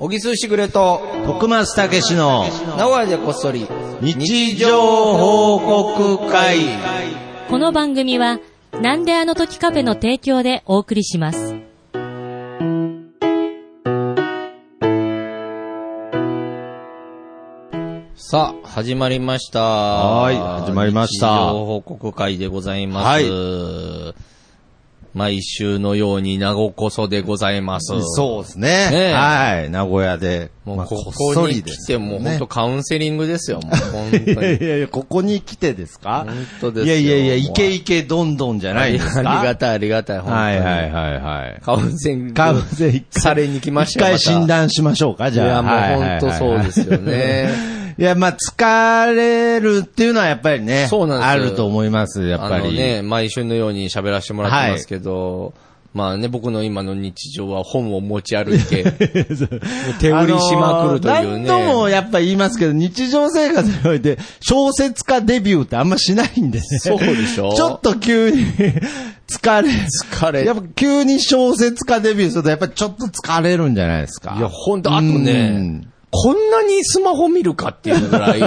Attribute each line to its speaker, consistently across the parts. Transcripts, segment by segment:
Speaker 1: おぎすしぐれと、
Speaker 2: 徳松たけしの
Speaker 1: 名古屋でこっそり、
Speaker 2: 日常報告会。
Speaker 3: この番組は、なんであの時カフェの提供でお送りします。
Speaker 1: さあ、始まりました。
Speaker 2: はい始まりました
Speaker 1: 日常報告会でございます。毎週のように名古こそでございます。
Speaker 2: そうですね
Speaker 1: ねえ
Speaker 2: はい。名古屋で。
Speaker 1: も
Speaker 2: ま
Speaker 1: う
Speaker 2: あ
Speaker 1: こ
Speaker 2: っ
Speaker 1: こ
Speaker 2: そ
Speaker 1: に
Speaker 2: りで
Speaker 1: 来
Speaker 2: す
Speaker 1: て、
Speaker 2: よ
Speaker 1: もう
Speaker 2: ね
Speaker 1: 本当カウンセリングですよ、もう本当
Speaker 2: いやい
Speaker 1: に。
Speaker 2: やいや、ここに来てですか
Speaker 1: 本当です
Speaker 2: い
Speaker 1: よ
Speaker 2: やいやい
Speaker 1: も
Speaker 2: や、
Speaker 1: う
Speaker 2: イケイケどんどんじゃ
Speaker 1: あ
Speaker 2: ない
Speaker 1: り
Speaker 2: ですか。
Speaker 1: がたい、ありがたい、本当に。
Speaker 2: はいはいはいはい。
Speaker 1: カウンセリング。
Speaker 2: カウンセリング
Speaker 1: されに来ましたよ
Speaker 2: 一
Speaker 1: ま
Speaker 2: 回
Speaker 1: た
Speaker 2: 診断しましょうか、じゃあ。
Speaker 1: いやもう
Speaker 2: はは
Speaker 1: 本当そうですよね。
Speaker 2: いや、まあ、疲れるっていうのはやっぱりね。
Speaker 1: そうなんですよ
Speaker 2: あると思います、やっぱ
Speaker 1: あの
Speaker 2: り。
Speaker 1: ね、毎週のように喋らせてもらってますけど、まあね、僕の今の日常は本を持ち歩い て、手売りしまくるというね
Speaker 2: あのー何度もやっぱ言いますけど、日常生活において、小説家デビューってあんましないんでね。
Speaker 1: そうでしょ
Speaker 2: ちょっと急に、疲れ。疲
Speaker 1: れ
Speaker 2: やっぱ急に小説家デビューすると、やっぱりちょっと疲れるんじゃないですか。
Speaker 1: いや、ほんと、あとね
Speaker 2: うん、
Speaker 1: こんなにスマホ見るかっていうぐら い、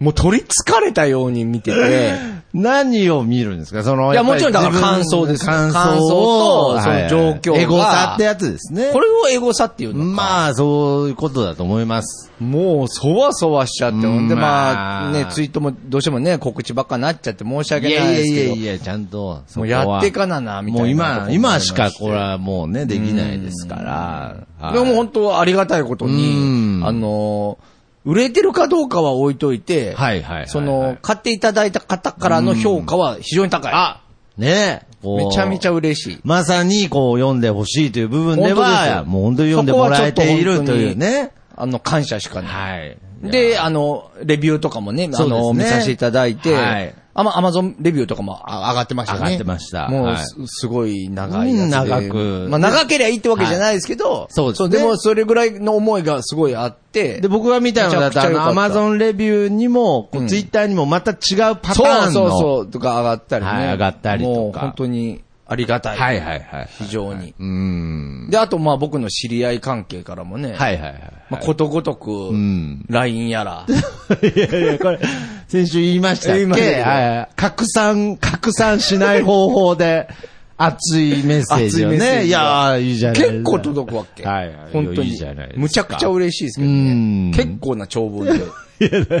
Speaker 1: もう取りつかれたように見て て、
Speaker 2: 何を見るんですかその、
Speaker 1: いや
Speaker 2: っぱり
Speaker 1: もちろんだから
Speaker 2: 自分の
Speaker 1: 感想ですよ
Speaker 2: 感想
Speaker 1: 感想
Speaker 2: を
Speaker 1: とその
Speaker 2: はいはい
Speaker 1: 状況が
Speaker 2: エゴサってやつですね。
Speaker 1: これをエゴサっていうのか。
Speaker 2: まあ、そういうことだと思います。
Speaker 1: もう、そわそわしちゃって、ほんで、ま
Speaker 2: ま
Speaker 1: あ、
Speaker 2: あ
Speaker 1: ね、ツイートもどうしてもね、告知ばっかになっちゃって申し
Speaker 2: いや
Speaker 1: 訳
Speaker 2: い
Speaker 1: ない
Speaker 2: や
Speaker 1: です
Speaker 2: い
Speaker 1: け
Speaker 2: や
Speaker 1: ど
Speaker 2: い、や、ちゃんと、そ
Speaker 1: もう
Speaker 2: こは
Speaker 1: やってかなな、みたいな。
Speaker 2: もう今、今しかこれはもうね、できないですから。はい
Speaker 1: でも本当ありがたいことに
Speaker 2: う、ん
Speaker 1: あの、売れてるかどうかは置いといて、
Speaker 2: はいはいはいはい
Speaker 1: その、買っていただいた方からの評価は非常に高い。あ
Speaker 2: ねこう
Speaker 1: めちゃめちゃ嬉しい。
Speaker 2: まさにこう読んでほしいという部分で
Speaker 1: 本当です
Speaker 2: は
Speaker 1: よ、
Speaker 2: もう本当に読んでもらえているというね。
Speaker 1: あの、感謝しかない。
Speaker 2: はい。
Speaker 1: で、あの、レビューとかもね、あ
Speaker 2: そうです
Speaker 1: の、
Speaker 2: ね
Speaker 1: 見させていただいて、
Speaker 2: はい
Speaker 1: あまアマゾンレビューとかもあ上がってましたね。
Speaker 2: 上がってました
Speaker 1: もう、
Speaker 2: はい
Speaker 1: すすごい長いやつで
Speaker 2: うん長く
Speaker 1: まあ、長ければいいってわけじゃないですけど、
Speaker 2: そうですね
Speaker 1: でも、それぐらいの思いがすごいあって、
Speaker 2: で、僕が見たのだ
Speaker 1: めち
Speaker 2: と、
Speaker 1: ゃ
Speaker 2: あ
Speaker 1: くちゃ良
Speaker 2: の、
Speaker 1: か
Speaker 2: ア
Speaker 1: った
Speaker 2: マゾンレビューにも、こうツイッターにもまた違うパターンの。
Speaker 1: そうそうそう、とか上がったりね。
Speaker 2: はい上がったりとか
Speaker 1: もう本当にありがたい。
Speaker 2: はいはいはい。
Speaker 1: 非常に。
Speaker 2: うーん。
Speaker 1: で、あとまあ僕の知り合い関係からもね。
Speaker 2: はいはいはい。
Speaker 1: まあことごとく、
Speaker 2: ん
Speaker 1: LINE や ら。
Speaker 2: いやいや、これ、先週言いましたっ
Speaker 1: 言いましたけ
Speaker 2: け
Speaker 1: ど
Speaker 2: はい拡散、拡散しない方法で、熱いメッセージを
Speaker 1: 熱いメッセー
Speaker 2: ね。い
Speaker 1: ジが
Speaker 2: やー、いいじゃない
Speaker 1: 結構届くわけ。
Speaker 2: はいはい
Speaker 1: 本当に。
Speaker 2: いいじゃないですか
Speaker 1: むちゃくちゃ嬉しいですけど
Speaker 2: う
Speaker 1: ね
Speaker 2: ん。
Speaker 1: 結構な長文 で。す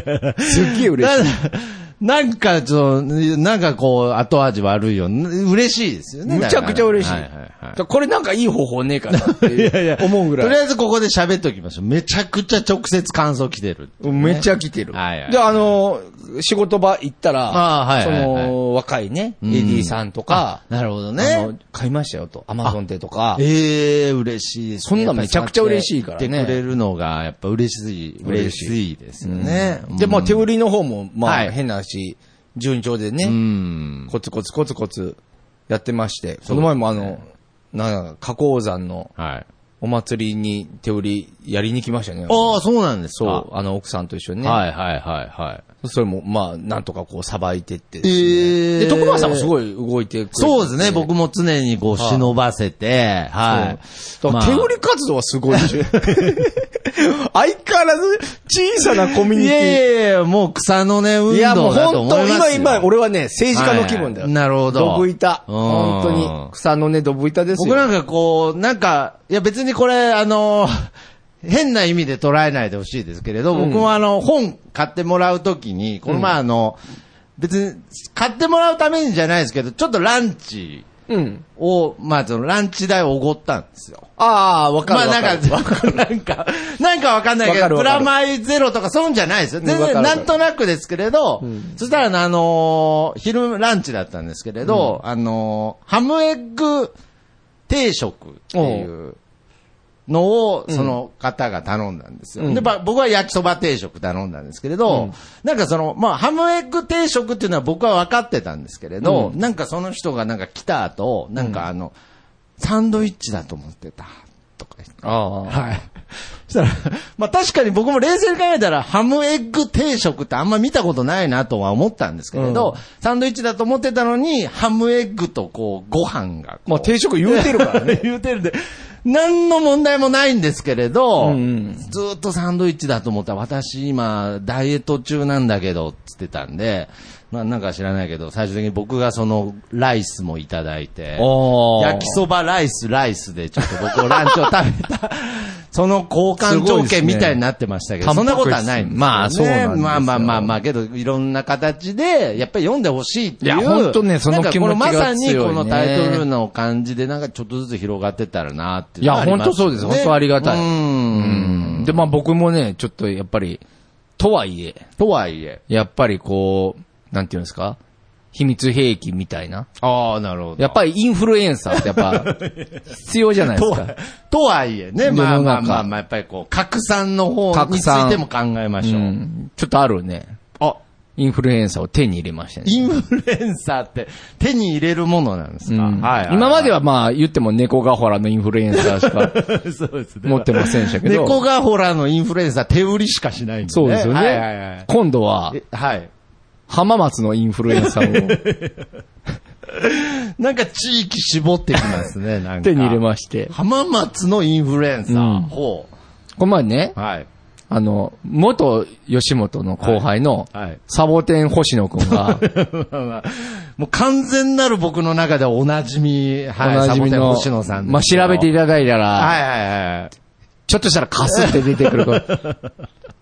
Speaker 1: っげえ嬉しい。
Speaker 2: ななんか、ちょっと、なんかこう、後味悪いよ。嬉しいですよね。
Speaker 1: むちゃくちゃ嬉しい。
Speaker 2: だからはいはいはい
Speaker 1: だからこれなんかいい方法ねえかなっていう思うぐらい。
Speaker 2: とりあえずここで喋っときましょう。めちゃくちゃ直接感想来てる。
Speaker 1: めっちゃ来てる。
Speaker 2: はいはい
Speaker 1: で、あの、仕事場行ったら、
Speaker 2: あーはいはいはい
Speaker 1: その、若いね、エ
Speaker 2: ん
Speaker 1: ディさんとか、
Speaker 2: なるほど
Speaker 1: あ
Speaker 2: ね
Speaker 1: の。買いましたよと、アマゾンでとか、
Speaker 2: ええ嬉しいです
Speaker 1: そ
Speaker 2: ね、
Speaker 1: んなめちゃくちゃ嬉しいからね
Speaker 2: やっぱ使ってくれるのが、やっぱ嬉しい、嬉しいですよね。
Speaker 1: で、まあ手売りの方も、ま
Speaker 2: は
Speaker 1: あ
Speaker 2: い
Speaker 1: 変な話、順調で
Speaker 2: う
Speaker 1: ね、
Speaker 2: ん。
Speaker 1: コツコツコツコツやってまして、この前もあの、なんか、花崗山の
Speaker 2: はい。
Speaker 1: お祭りに手売りやりに来ましたね。
Speaker 2: ああ、そうなんです
Speaker 1: そ
Speaker 2: か
Speaker 1: う、。あの奥さんと一緒にね。
Speaker 2: はいはいはいはい。
Speaker 1: それも、まあ、なんとかこう、さばいてってです
Speaker 2: え
Speaker 1: ね。
Speaker 2: え
Speaker 1: で、徳川さんもすごい動いてくれてて
Speaker 2: そうですね。僕も常にこう忍ばせて、はい。
Speaker 1: だから手売り活動はすごいで しょ。相変わらず小さなコミュ
Speaker 2: まあ
Speaker 1: ニ
Speaker 2: いやい
Speaker 1: テ
Speaker 2: やいや、もう草のね、運
Speaker 1: ィ。いや、も
Speaker 2: 動
Speaker 1: う
Speaker 2: だと
Speaker 1: 本
Speaker 2: 思
Speaker 1: 当、
Speaker 2: います
Speaker 1: 今
Speaker 2: よ
Speaker 1: 今、俺はね、政治家の気分だよ。
Speaker 2: はいなるほど
Speaker 1: ドブ板。
Speaker 2: うん
Speaker 1: 本当に。草の根ドブ板ですよ。
Speaker 2: 僕なんかこう、なんか、いや別にこれ、あの、 変な意味で捉えないでほしいですけれど、僕もあの、本買ってもらうときに、この前あの、別に、買ってもらうためにじゃないですけど、ちょっとランチ
Speaker 1: うん。
Speaker 2: を、まあそのランチ代をおごったんですよ。
Speaker 1: ああ、わか
Speaker 2: まあ
Speaker 1: るわか
Speaker 2: な
Speaker 1: る。
Speaker 2: んか、なんか、 なんかわかんない
Speaker 1: わ
Speaker 2: け
Speaker 1: かる
Speaker 2: ど、
Speaker 1: わ
Speaker 2: プ
Speaker 1: かる
Speaker 2: ラマイゼロとかそういうんじゃないですよ。全
Speaker 1: わかるわ
Speaker 2: 然
Speaker 1: か
Speaker 2: な
Speaker 1: る
Speaker 2: んとなくですけれど、そしたらあのー、昼ランチだったんですけれど、あのー、ハムエッグ定食っていうのを、その方が頼んだんですよ。
Speaker 1: うん
Speaker 2: で、ば僕は焼きそば定食頼んだんですけれど、なんかその、まあ、ハムエッグ定食っていうのは僕は分かってたんですけれど、
Speaker 1: う
Speaker 2: なんかその人がなんか来た後、なんかあの、サンドイッチだと思ってた、とか言って。
Speaker 1: ああ。
Speaker 2: はい。そしたら、 まあ確かに僕も冷静に考えたら、ハムエッグ定食ってあんま見たことないなとは思ったんですけれど、サンドイッチだと思ってたのに、ハムエッグとこう、ご飯がこ う。
Speaker 1: まあ定食言うてるからね。
Speaker 2: 言うてるんで、何の問題もないんですけれど、
Speaker 1: うんうん
Speaker 2: ずーっとサンドイッチだと思ったら、私今、ダイエット中なんだけど、つってたんで、まあなんか知らないけど、最終的に僕がその、ライスもいただいて、
Speaker 1: おー
Speaker 2: 焼きそばライス、ライスでちょっと僕ランチを食べた、 その交換条件みたいになってましたけど、
Speaker 1: すご
Speaker 2: そ
Speaker 1: い
Speaker 2: ん
Speaker 1: ですね
Speaker 2: なことはないんですよね
Speaker 1: まあそうなんですよ
Speaker 2: まあまあまあまあ、けど、いろんな形で、やっぱり読んでほしいっていう。
Speaker 1: いや本当ねその気持ちが強いね
Speaker 2: なんかこのまさにこのタイトルの感じで、なんかちょっとずつ広がってったらなってい
Speaker 1: いう
Speaker 2: のは
Speaker 1: や、
Speaker 2: あり
Speaker 1: 本
Speaker 2: ます
Speaker 1: 当そうです。本当ありがたい。
Speaker 2: うーん。
Speaker 1: で、まあ僕もね、ちょっとやっぱり、とはいえ、
Speaker 2: とはいえ。
Speaker 1: やっぱりこう、なんていうんですか秘密兵器みたいな。
Speaker 2: ああ、なるほど。
Speaker 1: やっぱりインフルエンサーってやっ ぱ、必要じゃないですか。
Speaker 2: とはいえね、
Speaker 1: 世の
Speaker 2: まあ
Speaker 1: 中
Speaker 2: まあまあまあ、やっぱりこう、拡散の方に
Speaker 1: 拡
Speaker 2: つ
Speaker 1: 散
Speaker 2: いても考えまし
Speaker 1: う
Speaker 2: ょう。
Speaker 1: ん。ちょっとあるね。
Speaker 2: あ、
Speaker 1: インフルエンサーを手に入れましたね。
Speaker 2: インフルエンサーって手に入れるものなんですか、
Speaker 1: うん
Speaker 2: はいはいい
Speaker 1: 今まではまあ言っても猫がほらのインフルエンサーしか
Speaker 2: そうですね
Speaker 1: 持ってませんでしたけど。
Speaker 2: 猫がほらのインフルエンサー手売りしかしないんで、ね。
Speaker 1: そうですよね。
Speaker 2: はいはいはい。
Speaker 1: 今度は
Speaker 2: えはい。
Speaker 1: 浜松のインフルエンサーを
Speaker 2: なんか地域絞ってきます ね、なんか。
Speaker 1: 手に入れまして。
Speaker 2: 浜松のインフルエンサー。
Speaker 1: うん
Speaker 2: ほ
Speaker 1: この前ね
Speaker 2: う。、はい。
Speaker 1: あの、元吉本の後輩の
Speaker 2: はい。
Speaker 1: サボテン星野くんが、
Speaker 2: もう完全なる僕の中ではおなじみ、はい、
Speaker 1: おなじみ
Speaker 2: サボテン
Speaker 1: の
Speaker 2: 星野さんです
Speaker 1: まあ
Speaker 2: けど
Speaker 1: 調べていただいたら、
Speaker 2: はいはいはい。
Speaker 1: ちょっとしたらカスって出てく る子。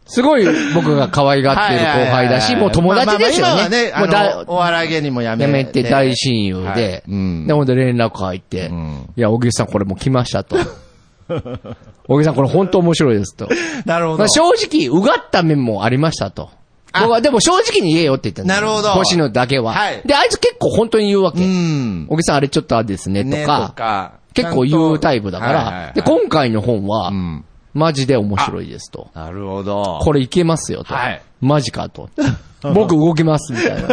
Speaker 1: すごい僕が可愛がってる後輩だし、もう友達ですよ
Speaker 2: まあまあ
Speaker 1: ね。
Speaker 2: まあ
Speaker 1: もう
Speaker 2: 今はね、あ
Speaker 1: だ
Speaker 2: のお笑い芸人もやめ
Speaker 1: やめて
Speaker 2: ね
Speaker 1: 大親友で、
Speaker 2: はいうん
Speaker 1: で、ほんで連絡入って、
Speaker 2: ん
Speaker 1: いや、小木さんこれもう来ま したと。小木さんこれ本当面白いですと。
Speaker 2: なるほ
Speaker 1: ま
Speaker 2: ど
Speaker 1: あ。正直、うがった面もありましたと。
Speaker 2: あ
Speaker 1: 僕はでも正直に言えよって言ったんですよ
Speaker 2: なるほど
Speaker 1: 星野だけは。
Speaker 2: はい
Speaker 1: で、あいつ結構本当に言うわけ。
Speaker 2: うん。
Speaker 1: 小木さんあれちょっとあれですねと
Speaker 2: ね
Speaker 1: か、結構言うタイプだから、で、
Speaker 2: こ
Speaker 1: 今回の本は、
Speaker 2: ん
Speaker 1: マジで面白いですと。
Speaker 2: なるほど。
Speaker 1: これいけますよと。
Speaker 2: はい
Speaker 1: マジかと。僕動きますみたいな。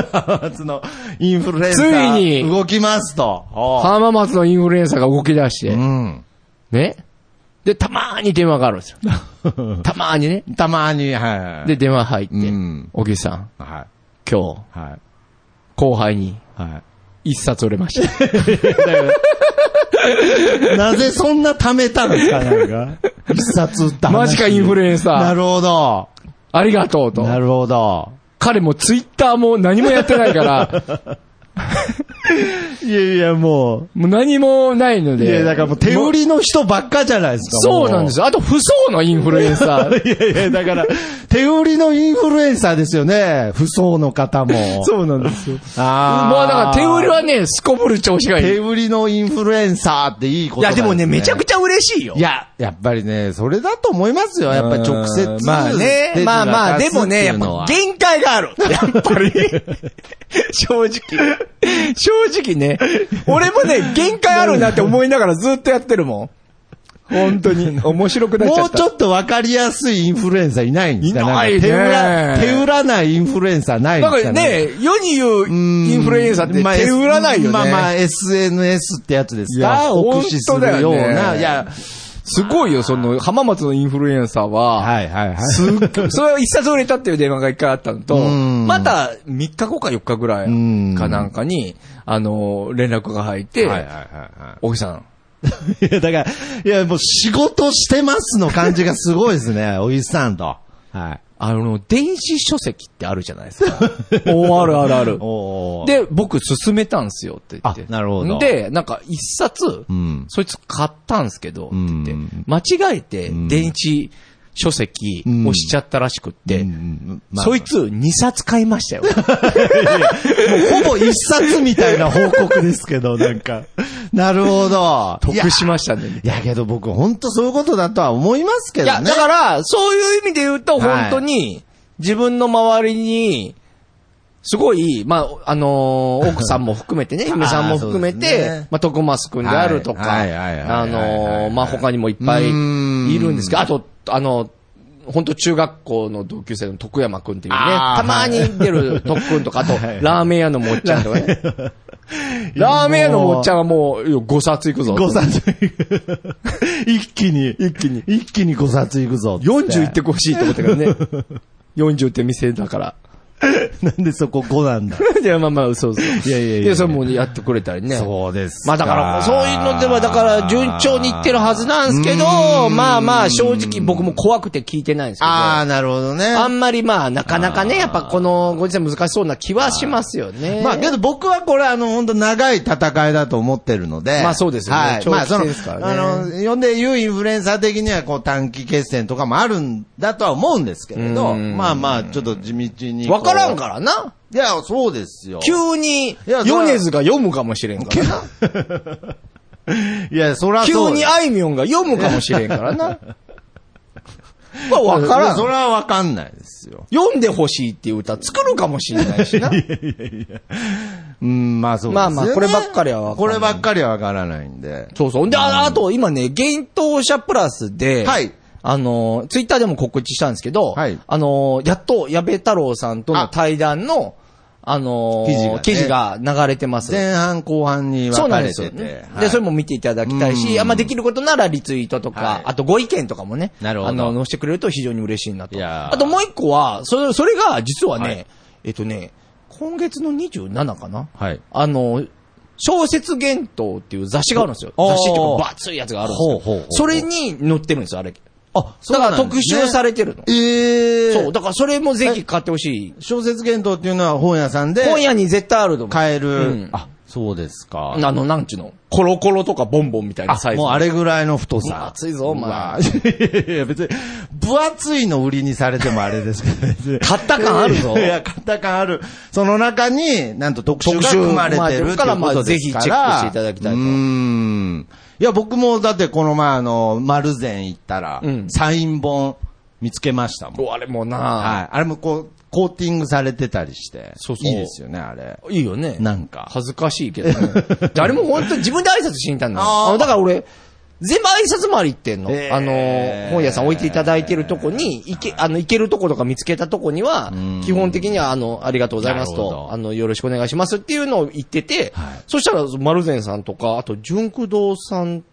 Speaker 2: れ、のインフルエンサ
Speaker 1: つい
Speaker 2: ー
Speaker 1: に
Speaker 2: 動きますと。おう
Speaker 1: 浜松のインフルエンサーが動き出して、
Speaker 2: うん。
Speaker 1: ね。で、たまーに電話があるんですよ。たまーにね。
Speaker 2: たまに、はいはいはい。
Speaker 1: で、、電話入って
Speaker 2: うん、
Speaker 1: 小木さん、
Speaker 2: はい。
Speaker 1: 今日、
Speaker 2: はい。
Speaker 1: 後輩に
Speaker 2: は
Speaker 1: 一冊売れました。
Speaker 2: い。なぜそんな貯めたんですか、なんか。 一冊売った話
Speaker 1: マジかインフルエンサ ー
Speaker 2: なるほど。
Speaker 1: ありがとうと。
Speaker 2: なるほど。
Speaker 1: 彼もツイッターも何もやってない から、
Speaker 2: いやいや、も
Speaker 1: もう何もないの
Speaker 2: う。い
Speaker 1: で。
Speaker 2: や、だからもう手売りの人ばっかじゃないですか。
Speaker 1: そうなんですよ。あと、不相のインフルエンサ ー。
Speaker 2: いやいや、だから、 手売りのインフルエンサーですよね。不相の方も。
Speaker 1: そうなんですよ。
Speaker 2: あ
Speaker 1: もうだから手売り
Speaker 2: は、
Speaker 1: はね、すこぶる調子がいい。
Speaker 2: 手売りのインフルエンサーっていいこと
Speaker 1: いや、でもね、めちゃく
Speaker 2: ち
Speaker 1: ちゃ嬉しいよ。
Speaker 2: いや、やっぱりね、それだと思いますよ。やっぱり直接。
Speaker 1: まあね、まあまあ、でもね、やっぱ
Speaker 2: ぱ、
Speaker 1: 限界がある。 やっぱり。正直。正直ね。俺もね、限界あるなって思いながらずっとやってるもん。本当に。面白くなっちゃ
Speaker 2: も
Speaker 1: っ
Speaker 2: う
Speaker 1: た。
Speaker 2: ちょっとわかりやすいインフルエンサーいないんですか
Speaker 1: いないね
Speaker 2: なんか手裏、手裏ないインフルエンサーないんで
Speaker 1: な
Speaker 2: すか
Speaker 1: んかね、世に言う
Speaker 2: うん
Speaker 1: インフルエンサーって手売らないよね。
Speaker 2: まあまあ、SNS ってやつです
Speaker 1: いや
Speaker 2: かを駆使するよう
Speaker 1: 本当だよ
Speaker 2: な。
Speaker 1: ね
Speaker 2: いや、
Speaker 1: すごいよ、その、浜松のインフルエンサーは、
Speaker 2: はいはいはい。
Speaker 1: すっごいそれは一冊売れたっていう電話が一回あったのと、
Speaker 2: うん
Speaker 1: また3日後か4日ぐらい
Speaker 2: うん
Speaker 1: かなんかに、あの、連絡が入って、
Speaker 2: はいはいはいはい。
Speaker 1: 大木さん、
Speaker 2: いや、だから、いや、もう仕事してますの感じがすごいですね、 おじさんと。はい。
Speaker 1: あの、電子書籍ってあるじゃないです か。おーあるあるある。
Speaker 2: おで、
Speaker 1: で、僕勧めたんすよって言って。
Speaker 2: あなるほど
Speaker 1: で、なんか一冊、
Speaker 2: うん。
Speaker 1: そいつ買ったんすけど、って言って
Speaker 2: うん、
Speaker 1: 間違えて電子書籍をしちゃったらしくって、
Speaker 2: うんまあ
Speaker 1: そいつ2冊買いま したよ。
Speaker 2: ほぼ一冊みたいな報告ですけど、なんか。 なるほど。いや
Speaker 1: 得しましたね。
Speaker 2: いやけど僕、本当そういうことだとは思いますけ
Speaker 1: い
Speaker 2: ど
Speaker 1: や、
Speaker 2: ね。
Speaker 1: だから、そういう意味で言うと、
Speaker 2: はい
Speaker 1: 本当に、自分の周りに、すごい、まあ、あの ー奥さんも含めてね、姫さんも含め
Speaker 2: あーそうで
Speaker 1: て、
Speaker 2: すね
Speaker 1: まあ、徳松くんであるとか、
Speaker 2: はいはいはいはい
Speaker 1: あのーまあ、他にもいっぱいいるんですけど、あと、あの、本当中学校の同級生の徳山くんっていうね、
Speaker 2: あー
Speaker 1: たまに出る徳くんとか、あと、
Speaker 2: はい
Speaker 1: ラーメン屋のもっちゃんとか ね。ラーメン屋のもっちゃんはもう、5冊いくぞ。
Speaker 2: 5冊。 一気に。一気に。一気に5冊いくぞ。
Speaker 1: 40行ってほしいと思ったからね。40って店だから。
Speaker 2: なんでそこ5なんだ。
Speaker 1: いや、まあまあ、嘘嘘。い
Speaker 2: やいやいやいや
Speaker 1: それもうやってくれたりね。
Speaker 2: そうです。
Speaker 4: まあだから、そういうのでは、だから、順調にいってるはずなんですけど、まあまあ、正直僕も怖くて聞いてないんですけど。
Speaker 2: ああ、なるほどね。
Speaker 4: あんまりまあ、なかなかね、やっぱこのご時世難しそうな気はしますよね。
Speaker 2: まあけど僕はこれあの本当長い戦いだと思ってるので。
Speaker 4: まあそうですよね
Speaker 2: はい。
Speaker 4: 長期
Speaker 2: まあその
Speaker 4: 戦ですからね
Speaker 2: あの、呼んで言うインフルエンサー的にはこう短期決戦とかもあるんだとは思うんですけれど、まあまあちょっと地道に。
Speaker 4: わからんからな。
Speaker 2: いや、そうですよ。
Speaker 1: 急に、
Speaker 2: いやそれは
Speaker 1: ヨネズが読むかもしれんからな。
Speaker 2: いや、そらそ
Speaker 1: 急
Speaker 2: う
Speaker 1: に
Speaker 2: です。
Speaker 1: あいみょんが読むかもしれんから な。まあ、
Speaker 2: わ
Speaker 1: わ
Speaker 2: か
Speaker 1: からら
Speaker 2: ん。
Speaker 1: ん
Speaker 2: そ。れはわかんないですよ。
Speaker 1: 読んでほしいっていう歌作るかもしれないしな。
Speaker 2: うん、まあそうです
Speaker 1: ま
Speaker 2: よ
Speaker 1: あ
Speaker 2: ね
Speaker 1: まあこればっかりはわかんない
Speaker 2: こればっかりはわからないんで。
Speaker 1: そうそう。で、ああと、今ね、幻冬者プラスで、
Speaker 2: はい
Speaker 1: あの、ツイッターでも告知したんですけど、
Speaker 2: はい
Speaker 1: あの、やっと、矢部太郎さんとの対談の、あの
Speaker 2: 記事がね
Speaker 1: 記事が流れてます。
Speaker 2: 前半後半に
Speaker 1: そ
Speaker 2: 分
Speaker 1: うな
Speaker 2: か
Speaker 1: ん
Speaker 2: れ
Speaker 1: です
Speaker 2: て
Speaker 1: よ。
Speaker 2: て。
Speaker 1: で
Speaker 2: はい、
Speaker 1: それも見ていただきたいし、
Speaker 2: うん
Speaker 1: あまあ、できることならリツイートとか、
Speaker 2: はい
Speaker 1: あとご意見とかもね、
Speaker 2: なるほど
Speaker 1: あの、載せてくれると非常に嬉しいなと。
Speaker 2: いやー
Speaker 1: あともう一個は、それ、それが実はね、
Speaker 2: はい
Speaker 1: えっとね、今月の27かな
Speaker 2: はい。
Speaker 1: あの、小説幻冬っていう雑誌があるんですよ。
Speaker 2: おー
Speaker 1: 雑誌っていうか、バツいやつがあるんですよ。
Speaker 2: ほうほうほうほう
Speaker 1: それに載ってるんですよ、あれ。あ、
Speaker 2: そうなん
Speaker 1: だ
Speaker 2: で
Speaker 1: か
Speaker 2: す
Speaker 1: ら
Speaker 2: ね
Speaker 1: 特集されてるの。
Speaker 2: ええ
Speaker 1: そう、だからそれもぜひ買ってほしい。
Speaker 2: 小説検討っていうのは本屋さんで
Speaker 1: 今夜に絶対あると思う。
Speaker 2: 買える。
Speaker 1: うん
Speaker 2: あ、そうですか。
Speaker 1: あの、なんちゅうの。コロコロとかボンボンみたいなサ
Speaker 2: あ、
Speaker 1: イズ。
Speaker 2: もうあれぐらいの太
Speaker 1: うわ
Speaker 2: さ。
Speaker 1: 熱いぞお前
Speaker 2: うわ いやいや、別に、分厚いの売りにされてもあれですけど、別に
Speaker 1: 買った感あるぞ
Speaker 2: いや、買った感ある。その中に、なんと特集が
Speaker 1: 特集
Speaker 2: 組まれてるっていうことですから。
Speaker 1: まあぜひチェックしていただきたいと
Speaker 2: うーん。いや、僕もだってこの前、あの、丸善行ったら、
Speaker 1: うん
Speaker 2: サイン本見つけましたもん。
Speaker 1: おあれもな、
Speaker 2: はい。あれもこう、コーティングされてたりして。
Speaker 1: そうそう
Speaker 2: いいですよね、あれ。
Speaker 1: いいよね。
Speaker 2: なんか
Speaker 1: 恥ずかしいけど ね。誰も本当に自分で挨拶しに行ったんだよ。
Speaker 2: あー
Speaker 1: あのだから俺、全部挨拶回り行ってんの。
Speaker 2: へー
Speaker 1: あの、本屋さん置いていただいてるとこに、行け、あの、行けるとことか見つけたとこには
Speaker 2: ん、
Speaker 1: 基本的には、あの、ありがとうございます
Speaker 2: なるほど
Speaker 1: と、あの、よろしくお願いしますっていうのを言ってて、そしたら、丸善さんとか、あと、純駆堂さん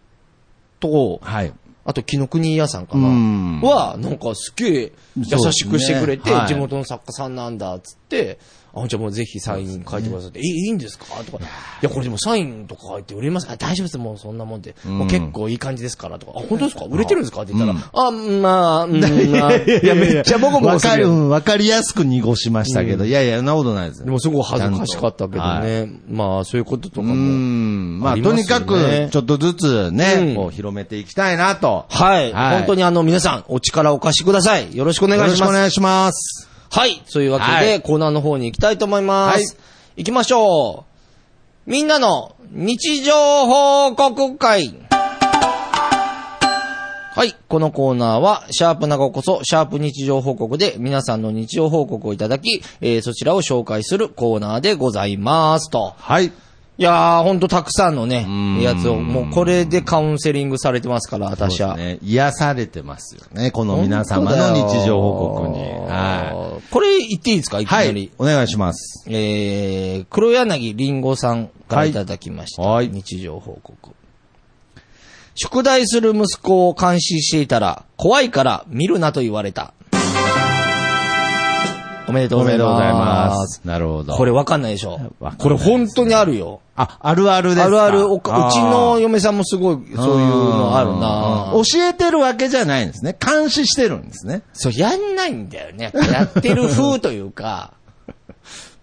Speaker 1: と、
Speaker 2: はい。
Speaker 1: あと、木の国屋さんか
Speaker 2: うん
Speaker 1: な。は、なんかすっげえ優しくしてくれて、
Speaker 2: そうですねはい
Speaker 1: 地元の作家さんなんだ、つって、あ、じゃあもうぜひサイン書いてくださいって、えいいんですかとか、いや、これでもサインとか書いて売れますか大丈夫です、もうそんなもんで。もう結構いい感じですから、とか、あ、本当ですか売れてるんですかって言ったら、あ、まあ、うん、まあ、い や、めっちゃボコボコ
Speaker 2: わ
Speaker 1: す
Speaker 2: か
Speaker 1: る
Speaker 2: る、
Speaker 1: や。
Speaker 2: うんんわかりやすく濁しましたけど、いやいや、そんなことないですよ。
Speaker 1: でもすごい恥ずかしかったけど
Speaker 2: ちゃんと。はい
Speaker 1: ね。まあ、そういうこととか
Speaker 2: う
Speaker 1: も。
Speaker 2: ん。まあ、
Speaker 1: あり
Speaker 2: と
Speaker 1: ますよ
Speaker 2: に
Speaker 1: ね
Speaker 2: かく、ちょっとずつ
Speaker 1: う
Speaker 2: ね、
Speaker 1: ん
Speaker 2: こう広めていきたいなと。
Speaker 1: はい。
Speaker 2: はい
Speaker 1: 本当にあの、皆さん、お力をお貸しください。よろしくお願
Speaker 2: よ
Speaker 1: い
Speaker 2: ろ
Speaker 1: し
Speaker 2: しくお
Speaker 1: ます。
Speaker 2: 願いします。
Speaker 1: はい。というわけで、
Speaker 2: はい
Speaker 1: コーナーの方に行きたいと思います。
Speaker 2: はい
Speaker 1: 行きましょう。みんなの日常報告会。はい。このコーナーは、シャープなごこそ、シャープ日常報告で、皆さんの日常報告をいただき、えーそちらを紹介するコーナーでございます。と。
Speaker 2: はい。
Speaker 1: いやー、ほんとたくさんのね
Speaker 2: ーん、
Speaker 1: やつを、もうこれでカウンセリングされてますから、私は。。
Speaker 2: ね、癒されてますよね、この皆様の日常報告に。はい
Speaker 1: これ言っていいですかい
Speaker 2: い。
Speaker 1: き
Speaker 2: は
Speaker 1: なり。
Speaker 2: い。お願いします。
Speaker 1: えー、黒柳りんごさんからいただきました。
Speaker 2: はいはい
Speaker 1: 日常報告。宿題する息子を監視していたら、怖いから見るなと言われた。おめでとう
Speaker 2: お
Speaker 1: ござ
Speaker 2: めで
Speaker 1: い
Speaker 2: とうござい
Speaker 1: ま。
Speaker 2: ますす。なるほど。
Speaker 1: これ、わかんないでしょ
Speaker 2: わかんないですね
Speaker 1: これ本当にあるよ。
Speaker 2: あ、あるあるですか。
Speaker 1: あるあるおか、
Speaker 2: あー
Speaker 1: うちの嫁さんもすごい、そういうのあるな
Speaker 2: うん教えてるわけじゃないんですね。監視してるんですね。
Speaker 1: そう、やんないんだよね。やってる風という か、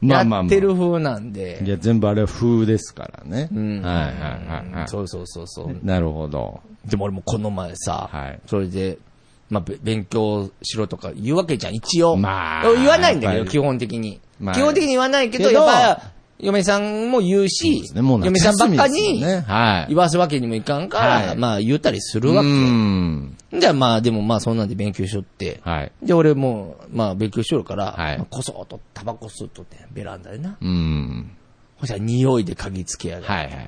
Speaker 1: やってる風なんで。
Speaker 2: いや、全部あれは風ですからね。
Speaker 1: ん
Speaker 2: はいはいはいはい。
Speaker 1: そうそうそうそう。
Speaker 2: なるほど。
Speaker 1: でも俺もこの前さ、
Speaker 2: はい
Speaker 1: それで、まあ、べ勉強しろとか言うわけじゃん、一応。
Speaker 2: まあ
Speaker 1: でも言わないんだけ
Speaker 2: や
Speaker 1: ど、
Speaker 2: っぱり
Speaker 1: 基本的に。
Speaker 2: まあ
Speaker 1: 基本的に言わないけど、
Speaker 2: けど
Speaker 1: やっぱ、嫁さんも言うし、
Speaker 2: ねもう
Speaker 1: 嫁
Speaker 2: 夏
Speaker 1: さんばっか
Speaker 2: 休みですもん
Speaker 1: に
Speaker 2: ねはい
Speaker 1: 言わすわけにもいかんから、
Speaker 2: はい
Speaker 1: まあ言ったりす
Speaker 2: う
Speaker 1: るわけ。
Speaker 2: ん。
Speaker 1: じゃあまあでもまあそんなんで勉強しとって、
Speaker 2: はい。
Speaker 1: で俺もまあ勉強しとるから、
Speaker 2: はい
Speaker 1: まあこそっとタバコ吸っとって、ベランダでな。
Speaker 2: うん。
Speaker 1: ほしたら匂いで嗅ぎつけやがって、
Speaker 2: はいはいはい。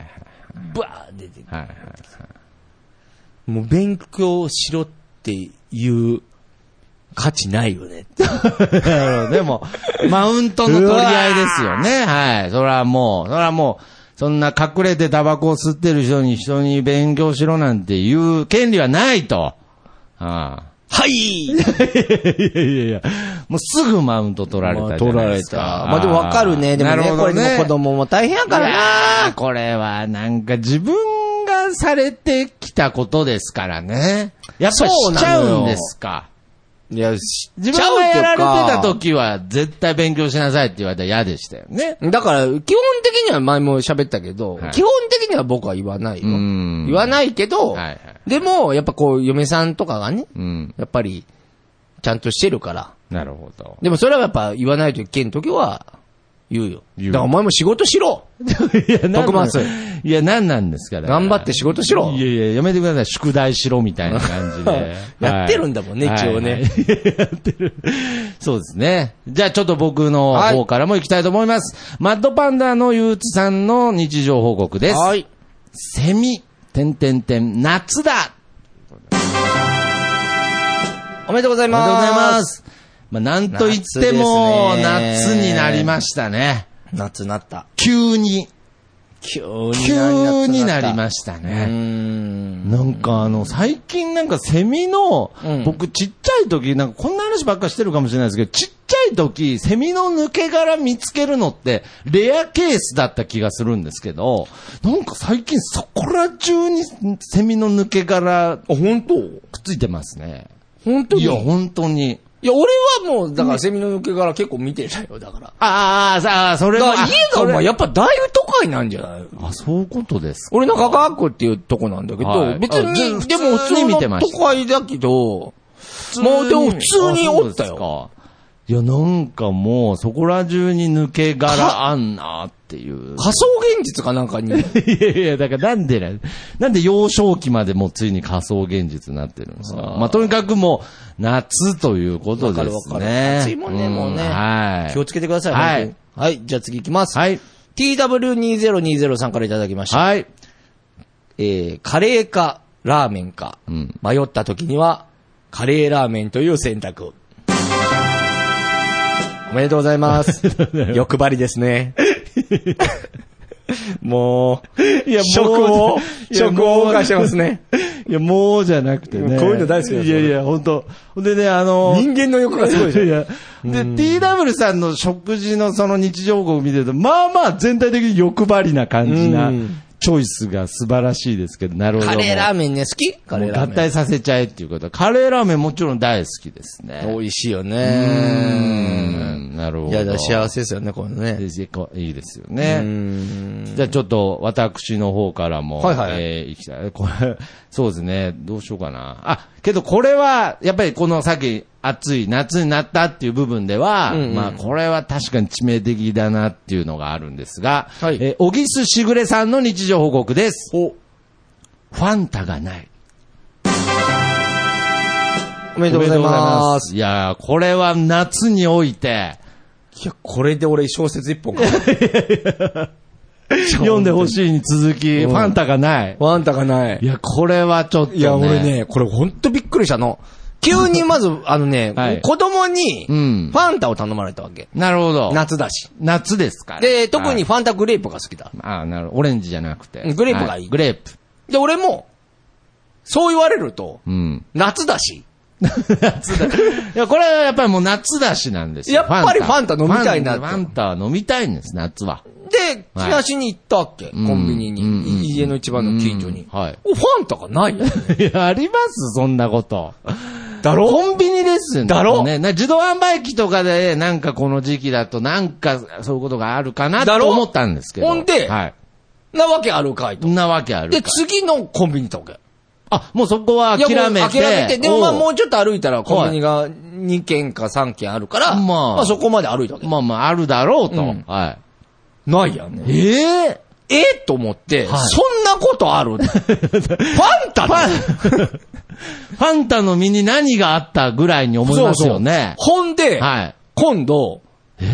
Speaker 1: バーン出てきて
Speaker 2: はいはい
Speaker 1: もう勉強しろっていう価値ないよね。
Speaker 2: はい。 でも、マウントの取り合いですよね。はい。それはもう、それはもう、そんな隠れてタバコを吸ってる人に人に勉強しろなんていう権利はないと。ああ。
Speaker 1: はい
Speaker 2: いやいやいや、もうすぐマウント取られたじゃ
Speaker 1: 取
Speaker 2: な
Speaker 1: ら
Speaker 2: い
Speaker 1: れ
Speaker 2: です
Speaker 1: た。
Speaker 2: か。
Speaker 1: まあでもわかるね。でも
Speaker 2: な
Speaker 1: ね、
Speaker 2: るほ
Speaker 1: こ
Speaker 2: ど
Speaker 1: れでも子供も大変やから
Speaker 2: い
Speaker 1: な。
Speaker 2: やーこれはなんか自分がされてきたことですからね。やっぱし
Speaker 1: そう
Speaker 2: ち
Speaker 1: な
Speaker 2: ゃ
Speaker 1: のよ
Speaker 2: うんですか。
Speaker 5: いや、し
Speaker 2: 自分がやられてた時は絶対勉強しなさいって言われたら嫌でしたよね。
Speaker 1: だから、基本的には前も喋ったけど、
Speaker 2: はい
Speaker 1: 基本的には僕は言わないよ。
Speaker 2: うん
Speaker 1: 言わないけど、
Speaker 2: はいはい
Speaker 1: でも、やっぱこう、嫁さんとかがね、
Speaker 2: うん。
Speaker 1: やっぱり、ちゃんとしてるから。
Speaker 2: なるほど。
Speaker 1: でもそれはやっぱ言わないといけん時は、言うよ。
Speaker 2: 言う
Speaker 1: だからお前も仕事しろ
Speaker 2: いや、なん
Speaker 1: 徳松
Speaker 2: いや、なんなんですかだから
Speaker 1: 頑張って仕事しろ。
Speaker 2: いやいや、やめてください。宿題しろみたいな感じで
Speaker 1: やってるんだもんね
Speaker 2: はい
Speaker 1: 一応ね
Speaker 2: はいはいやってる。そうですね。じゃあちょっと僕の方からも行きたいと思います。マッドパンダの憂鬱さんの日常報告です。
Speaker 1: はい。
Speaker 2: セミ、てんてんてん、夏だ
Speaker 1: おめでとうござい
Speaker 2: おめでとうございま
Speaker 1: ますす。。
Speaker 2: まあ、なんと言っても、
Speaker 1: 夏です
Speaker 2: 夏
Speaker 1: ね
Speaker 2: になりましたね。
Speaker 1: 夏なった。
Speaker 2: 急に、
Speaker 1: 急
Speaker 2: 急になりま
Speaker 1: し
Speaker 2: した
Speaker 1: た
Speaker 2: ね。
Speaker 1: うーん。
Speaker 2: なんかあの、最近なんかセミの、
Speaker 1: うん
Speaker 2: 僕ちっちゃい時、なんかこんな話ばっかしてるかもしれないですけど、ちっちゃい時、セミの抜け殻見つけるのって、レアケースだった気がするんですけど、なんか最近そこら中にセミの抜け殻く
Speaker 1: あ、
Speaker 2: っ
Speaker 1: 本当
Speaker 2: ついてますね。
Speaker 1: 本当に
Speaker 2: いや、本当に。
Speaker 1: いや、俺はもう、だからセミの抜け殻結構見てたよ、だから。
Speaker 2: ああ、さあ、それ
Speaker 1: だ
Speaker 2: は。
Speaker 1: から家が
Speaker 2: そ
Speaker 1: お
Speaker 2: れ
Speaker 1: 前やっぱ大都会なんじゃない
Speaker 2: あ、そういうことですか。
Speaker 1: 俺の科学っていうとこなんだけど、
Speaker 2: はい
Speaker 1: 別
Speaker 2: あじゃあ
Speaker 1: に、でも
Speaker 2: 普
Speaker 1: 普
Speaker 2: 通に
Speaker 1: 通
Speaker 2: 見
Speaker 1: の
Speaker 2: てました
Speaker 1: 都会だけど、もうでも普通におったよ。
Speaker 2: あそうですか。いや、なんかもう、そこら中に抜け殻あんなっていう。
Speaker 1: 仮想現実かなんかに。
Speaker 2: いやいや、だからなんでな、なんで幼少期までもうついに仮想現実になってるんですか。まあ、とにかくもう、夏ということで
Speaker 1: わ
Speaker 2: す
Speaker 1: かるわか
Speaker 2: ね。
Speaker 1: る暑いもんね
Speaker 2: う
Speaker 1: もうね
Speaker 2: は い。
Speaker 1: 気をつけてください、
Speaker 2: はい
Speaker 1: 本当に。はい、じゃあ次行きます。
Speaker 2: はい。
Speaker 1: TW2020 さんからいただきました。
Speaker 2: はい。
Speaker 1: えー、カレーか、ラーメンか、
Speaker 2: うん
Speaker 1: 迷った時には、カレーラーメンという選択。おめでとうございます。欲張りですね。 もう、
Speaker 2: いやもう
Speaker 1: 食を
Speaker 2: い、や
Speaker 1: 食
Speaker 2: も
Speaker 1: を
Speaker 2: う
Speaker 1: 謳歌してますね。
Speaker 2: いや、もうじゃなくてね。
Speaker 1: こういうの大好きなんです
Speaker 2: い
Speaker 1: よ
Speaker 2: やいや、本当ほんでね、あの
Speaker 1: 人間の欲がすごいでしょ
Speaker 2: い。や。で、TW さんの食事のその日常報告見てると、まあまあ全体的に欲張りな感じな
Speaker 1: うん
Speaker 2: チョイスが素晴らしいですけど、なるほど。
Speaker 1: カレーラー
Speaker 2: ン。
Speaker 1: メンね、好きカレーラ
Speaker 2: 合
Speaker 1: ーメ
Speaker 2: 体させちゃえっていうこと。カレーラーメンもちろん大好きですね。
Speaker 1: ン。美味しいよ
Speaker 2: う
Speaker 1: ね。
Speaker 2: んなるほど。
Speaker 1: いやだ、幸せですよね、これね。
Speaker 2: いいこいいですよ
Speaker 1: う
Speaker 2: ね。
Speaker 1: ん
Speaker 2: じゃあちょっと私の方からも、
Speaker 1: はいはいはい
Speaker 2: えー行きたい。これ、そうですね。どうしようかな。あ、けどこれは、やっぱりこのさっき暑い夏になったっていう部分では、
Speaker 1: うんうん
Speaker 2: まあこれは確かに致命的だなっていうのがあるんですが、
Speaker 1: はい
Speaker 2: えー、小木須しぐれさんの日常報告です。
Speaker 1: お、
Speaker 2: ファンタがない。
Speaker 1: おめでとうございます。
Speaker 2: す。いやー、これは夏にお いて、
Speaker 1: いや、これで俺小説一本か。
Speaker 2: 読んでほしいに続き、ファンタがない。
Speaker 1: ワンタがない
Speaker 2: い。や、これはちょっと、ね。
Speaker 1: いや、俺ね、これほんとびっくりしたの。急にまず、 あのね、
Speaker 2: はい
Speaker 1: 子供に、フ
Speaker 2: うん
Speaker 1: ァンタを頼まれたわけ。
Speaker 2: なるほど。
Speaker 1: 夏だし。
Speaker 2: 夏ですから。
Speaker 1: で、特に
Speaker 2: はい。
Speaker 1: ファンタグレープが好きだ。
Speaker 2: ああ、なるほど。オレンジじゃなくて。
Speaker 1: グレープがいい
Speaker 2: はグレープ。
Speaker 1: で、俺も、そう言われると、
Speaker 2: うん。
Speaker 1: 夏だし、
Speaker 2: 夏だ。いや、これはやっぱりもう夏だしなんです
Speaker 1: や
Speaker 2: よ。
Speaker 1: っぱりファンタ飲みたいな
Speaker 2: ファンファンタは飲みたいんです、夏は。
Speaker 1: で、
Speaker 2: はい
Speaker 1: 東に行ったわけ。
Speaker 2: ん
Speaker 1: コンビニに、
Speaker 2: うんうん
Speaker 1: い家の一番の近所に。
Speaker 2: うんはい
Speaker 1: お、ファンタが ないよね。
Speaker 2: いや、ありますそんなこと。
Speaker 1: だろ
Speaker 2: コンビニですよね。
Speaker 1: だろ
Speaker 2: ね。な自動販売機とかで、なんかこの時期だと、なんかそういうことがあるかな
Speaker 1: だ
Speaker 2: と
Speaker 1: ろ
Speaker 2: 思ったんですけど。
Speaker 1: ほんで
Speaker 2: はい。
Speaker 1: なわけあるかい
Speaker 2: そ
Speaker 1: と。
Speaker 2: んなわけある
Speaker 1: で、
Speaker 2: か。
Speaker 1: 次のコンビニ行ったわけ。
Speaker 2: あ、もうそこはい
Speaker 1: やもう
Speaker 2: 諦め
Speaker 1: 諦
Speaker 2: て。
Speaker 1: めて。でもまあも
Speaker 2: う
Speaker 1: うちょっと歩いたらコンビニが2軒か3軒あるから、
Speaker 2: まあ
Speaker 1: まあそこまで歩いたわけ。
Speaker 2: まあまあ、あるだろうと。
Speaker 1: うん
Speaker 2: はい。
Speaker 1: ないやんね。
Speaker 2: ええ
Speaker 1: えと思って、
Speaker 2: はい
Speaker 1: そんなこと あるフ ァンタだ
Speaker 2: ファンタの身に何があったぐらいに思いますよね。
Speaker 1: ほんで、
Speaker 2: はい。
Speaker 1: 今度、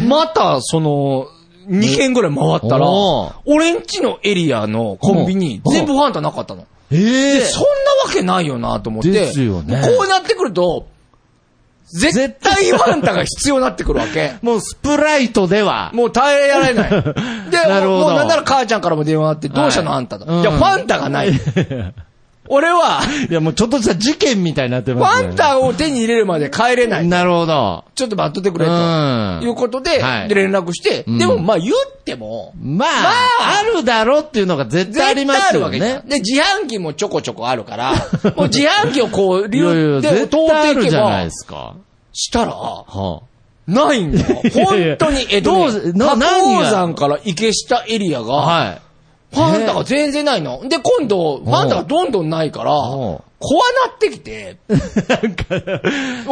Speaker 1: またその、2軒ぐらい回ったら
Speaker 2: おー、
Speaker 1: 俺んちのエリアのコンビニ
Speaker 2: おー
Speaker 1: 全部ファンタなかったの。
Speaker 2: ええ
Speaker 1: でそんなわけないよなと思って、
Speaker 2: ですよね
Speaker 1: こうなってくると、絶対ファンタが必要になってくるわ け。
Speaker 2: もうスプライトでは。
Speaker 1: もう耐えられ ない。で、
Speaker 2: なるほど
Speaker 1: もうなんなら母ちゃんからも電話あって、どうしたの
Speaker 2: はい
Speaker 1: あんたと。
Speaker 2: うん
Speaker 1: いや、ファンタがない。俺は、
Speaker 2: いや、もうちょっとした事件みたいになってます
Speaker 1: ワ
Speaker 2: ね。
Speaker 1: ンタンを手に入れるまで帰れない。
Speaker 2: なるほど。
Speaker 1: ちょっと待っとってくれと。
Speaker 2: うん
Speaker 1: いうことで、
Speaker 2: はい
Speaker 1: で連絡して、
Speaker 2: ん
Speaker 1: でもまあ言っても、
Speaker 2: まあ、あ、るだろっていうのが絶
Speaker 1: 絶対
Speaker 2: 対あ
Speaker 1: あ
Speaker 2: り
Speaker 1: り
Speaker 2: ま
Speaker 1: ますす
Speaker 2: よ
Speaker 1: わけじゃ
Speaker 2: ね
Speaker 1: ん。。で、自販機もちょこちょこある から、もう自販機をこう、
Speaker 2: いやいや
Speaker 1: 流で
Speaker 2: 絶
Speaker 1: 通
Speaker 2: 対あ
Speaker 1: って
Speaker 2: る
Speaker 1: いけ
Speaker 2: じゃない
Speaker 1: ば
Speaker 2: で、すか。
Speaker 1: したら、
Speaker 2: は
Speaker 1: ないんだよ。本当に、えっ
Speaker 2: ど
Speaker 1: と
Speaker 2: う
Speaker 1: ね、
Speaker 2: せな
Speaker 1: 花
Speaker 2: 何が
Speaker 1: 崗山から池下エリアが、
Speaker 2: あ、はい。
Speaker 1: パンダが全然ないの。で、今度、パンダがどんどんないから、
Speaker 2: お
Speaker 1: 怖
Speaker 2: う
Speaker 1: なってきて、
Speaker 2: なんか、そ